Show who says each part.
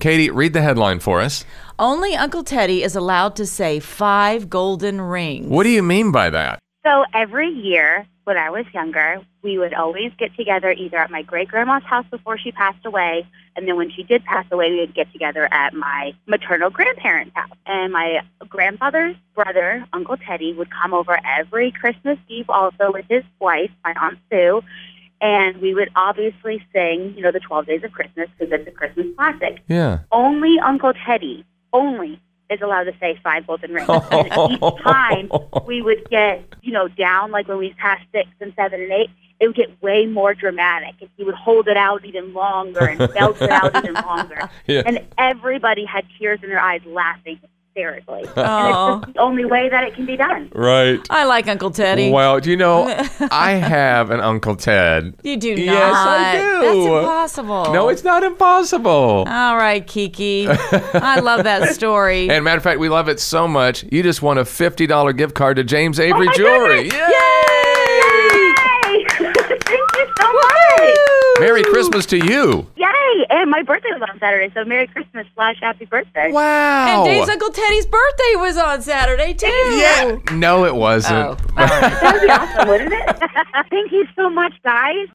Speaker 1: Katie, read the headline for us.
Speaker 2: Only Uncle Teddy is allowed to say five golden rings.
Speaker 1: What do you mean by that?
Speaker 3: So every year when I was younger, we would always get together either at my great grandma's house before she passed away, and then when she did pass away, we would get together at my maternal grandparents' house. And my grandfather's brother, Uncle Teddy, would come over every Christmas Eve also with his wife, my Aunt Sue, and we would obviously sing, you know, the 12 Days of Christmas because it's a Christmas classic.
Speaker 1: Yeah.
Speaker 3: Only Uncle Teddy, only, is allowed to say five golden rings. and each time we would get, you know, down, like when we passed six and seven and eight, it would get way more dramatic. And he would hold it out even longer and belt it out even longer.
Speaker 1: Yeah.
Speaker 3: And everybody had tears in their eyes laughing hysterically.
Speaker 2: Oh,
Speaker 3: It's the only way that it can be done.
Speaker 1: Right.
Speaker 2: I like Uncle Teddy.
Speaker 1: Well, do you know, I have an Uncle Ted.
Speaker 2: You do not.
Speaker 1: Yes, I do.
Speaker 2: That's impossible.
Speaker 1: No, it's not impossible.
Speaker 2: All right, Kiki. I love that story.
Speaker 1: And matter of fact, we love it so much, you just won a $50 gift card to James Avery
Speaker 3: my
Speaker 1: Jewelry. Yay!
Speaker 3: Yay! Thank you so much!
Speaker 1: Merry Christmas to you.
Speaker 3: Yay! And my birthday was on Saturday, so Merry Christmas slash Happy Birthday.
Speaker 1: Wow.
Speaker 2: And Dave's Uncle Teddy's birthday was on Saturday too.
Speaker 1: yeah. No, it wasn't.
Speaker 2: Oh, all right.
Speaker 3: That would be awesome, wouldn't it? Thank you so much, guys.